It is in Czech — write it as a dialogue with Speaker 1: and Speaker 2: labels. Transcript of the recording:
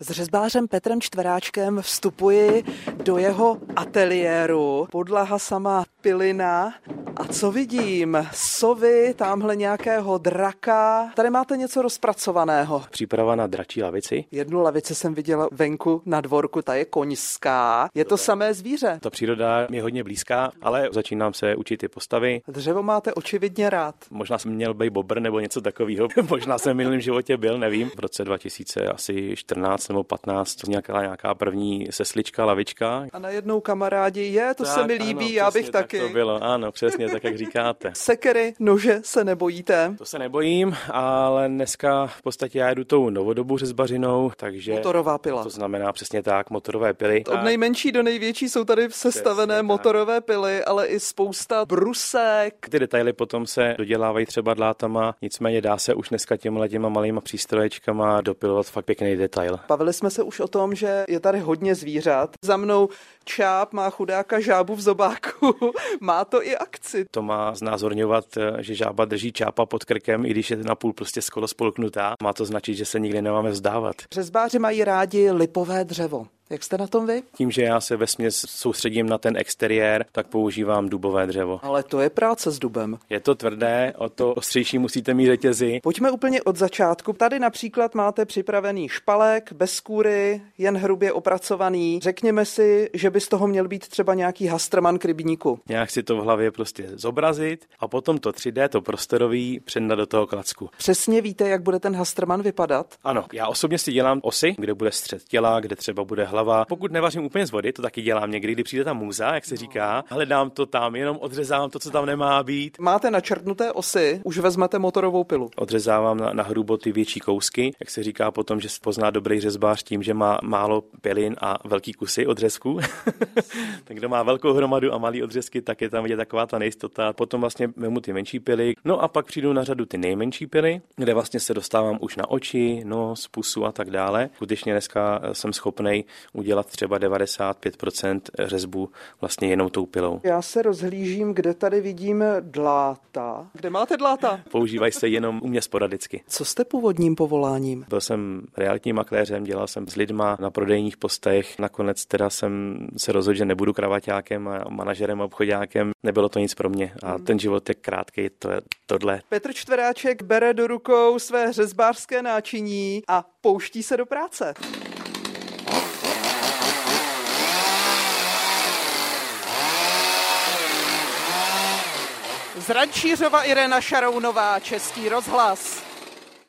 Speaker 1: S řezbářem Petrem Čtveráčkem vstupuji do jeho ateliéru. Podlaha sama pilina. A co vidím? Sovy, tamhle nějakého draka. Tady máte něco rozpracovaného.
Speaker 2: Příprava na dračí lavici.
Speaker 1: Jednu lavici jsem viděla venku na dvorku, ta je koňská. Je to samé zvíře.
Speaker 2: Ta příroda mi je hodně blízká, ale začínám se učit ty postavy.
Speaker 1: Dřevo máte očividně rád.
Speaker 2: Možná jsem měl být bobr nebo něco takového. Možná jsem v minulém životě byl, nevím. V roce 2000 asi 14 nebo 15 nějaká, nějaká první seslička, lavička.
Speaker 1: A najednou kamarádi, je, to tak, se mi líbí, ano, já
Speaker 2: přesně,
Speaker 1: bych taky.
Speaker 2: Tak to bylo, ano, přesně tak, jak říkáte.
Speaker 1: Sekery, nože se nebojíte.
Speaker 2: To se nebojím, ale dneska v podstatě já jedu tou novodobu řezbařinou, takže...
Speaker 1: Motorová pila.
Speaker 2: To znamená přesně tak, motorové pily.
Speaker 1: Od nejmenší do největší jsou tady sestavené přesně motorové tak. pily, ale i spousta brusek.
Speaker 2: Ty detaily potom se dodělávají třeba dlátama, nicméně dá se už dneska těmhle těma malýma přístroječkama dopilovat fakt pěkný detail.
Speaker 1: Bavili jsme se už o tom, že je tady hodně zvířat. Za mnou čáp má chudáka žábu v zobáku. má to i akci.
Speaker 2: To má znázorňovat, že žába drží čápa pod krkem, i když je na půl prostě skoro spolknutá. Má to značit, že se nikdy nemáme vzdávat.
Speaker 1: Řezbáři mají rádi lipové dřevo. Jak jste na tom vy?
Speaker 2: Tím, že já se ve směs soustředím na ten exteriér, tak používám dubové dřevo.
Speaker 1: Ale to je práce s dubem.
Speaker 2: Je to tvrdé, o to ostřejší musíte mít řetězy.
Speaker 1: Pojďme úplně od začátku. Tady například máte připravený špalek bez skůry, jen hrubě opracovaný. Řekněme si, že by z toho měl být třeba nějaký hastrman k rybníku.
Speaker 2: Nějak si to v hlavě prostě zobrazit a potom to 3D, to prostorový, přednat do toho klacku.
Speaker 1: Přesně víte, jak bude ten hastrman vypadat?
Speaker 2: Ano, já osobně si dělám osy, kde bude střed těla, kde třeba bude hlava hlava. Pokud nevařím úplně z vody, to taky dělám někdy, kdy přijde ta muza, jak se říká, hledám to tam, jenom odřezám to, co tam nemá být.
Speaker 1: Máte načrtnuté osy, už vezmete motorovou pilu.
Speaker 2: Odřezávám na, na hrubo ty větší kousky, jak se říká potom, že pozná dobrý řezbář tím, že má málo pilin a velký kusy odřezků. tak kdo má velkou hromadu a malý odřezky, tak je tam vidět taková ta nejistota. Potom vlastně vemu ty menší pily, no a pak přijdu na řadu ty nejmenší pily, kde vlastně se dostávám už na oči, nos, pusu a tak dále. Skutečně dneska eh, jsem schopnej udělat třeba 95% řezbu vlastně jenom tou pilou.
Speaker 1: Já se rozhlížím, kde tady vidím dláta. Kde máte dláta?
Speaker 2: Používají se jenom u mě sporadicky.
Speaker 1: Co jste původním povoláním?
Speaker 2: Byl jsem realitním makléřem, dělal jsem s lidma na prodejních postech. Nakonec teda jsem se rozhodl, že nebudu kravaťákem a manažerem a obchodákem. Nebylo to nic pro mě a hmm. ten život je krátký, to je tohle.
Speaker 1: Petr Čtveráček bere do rukou své řezbářské náčiní a pouští se do práce. Z Rančířova Irena Šarounová, Český rozhlas.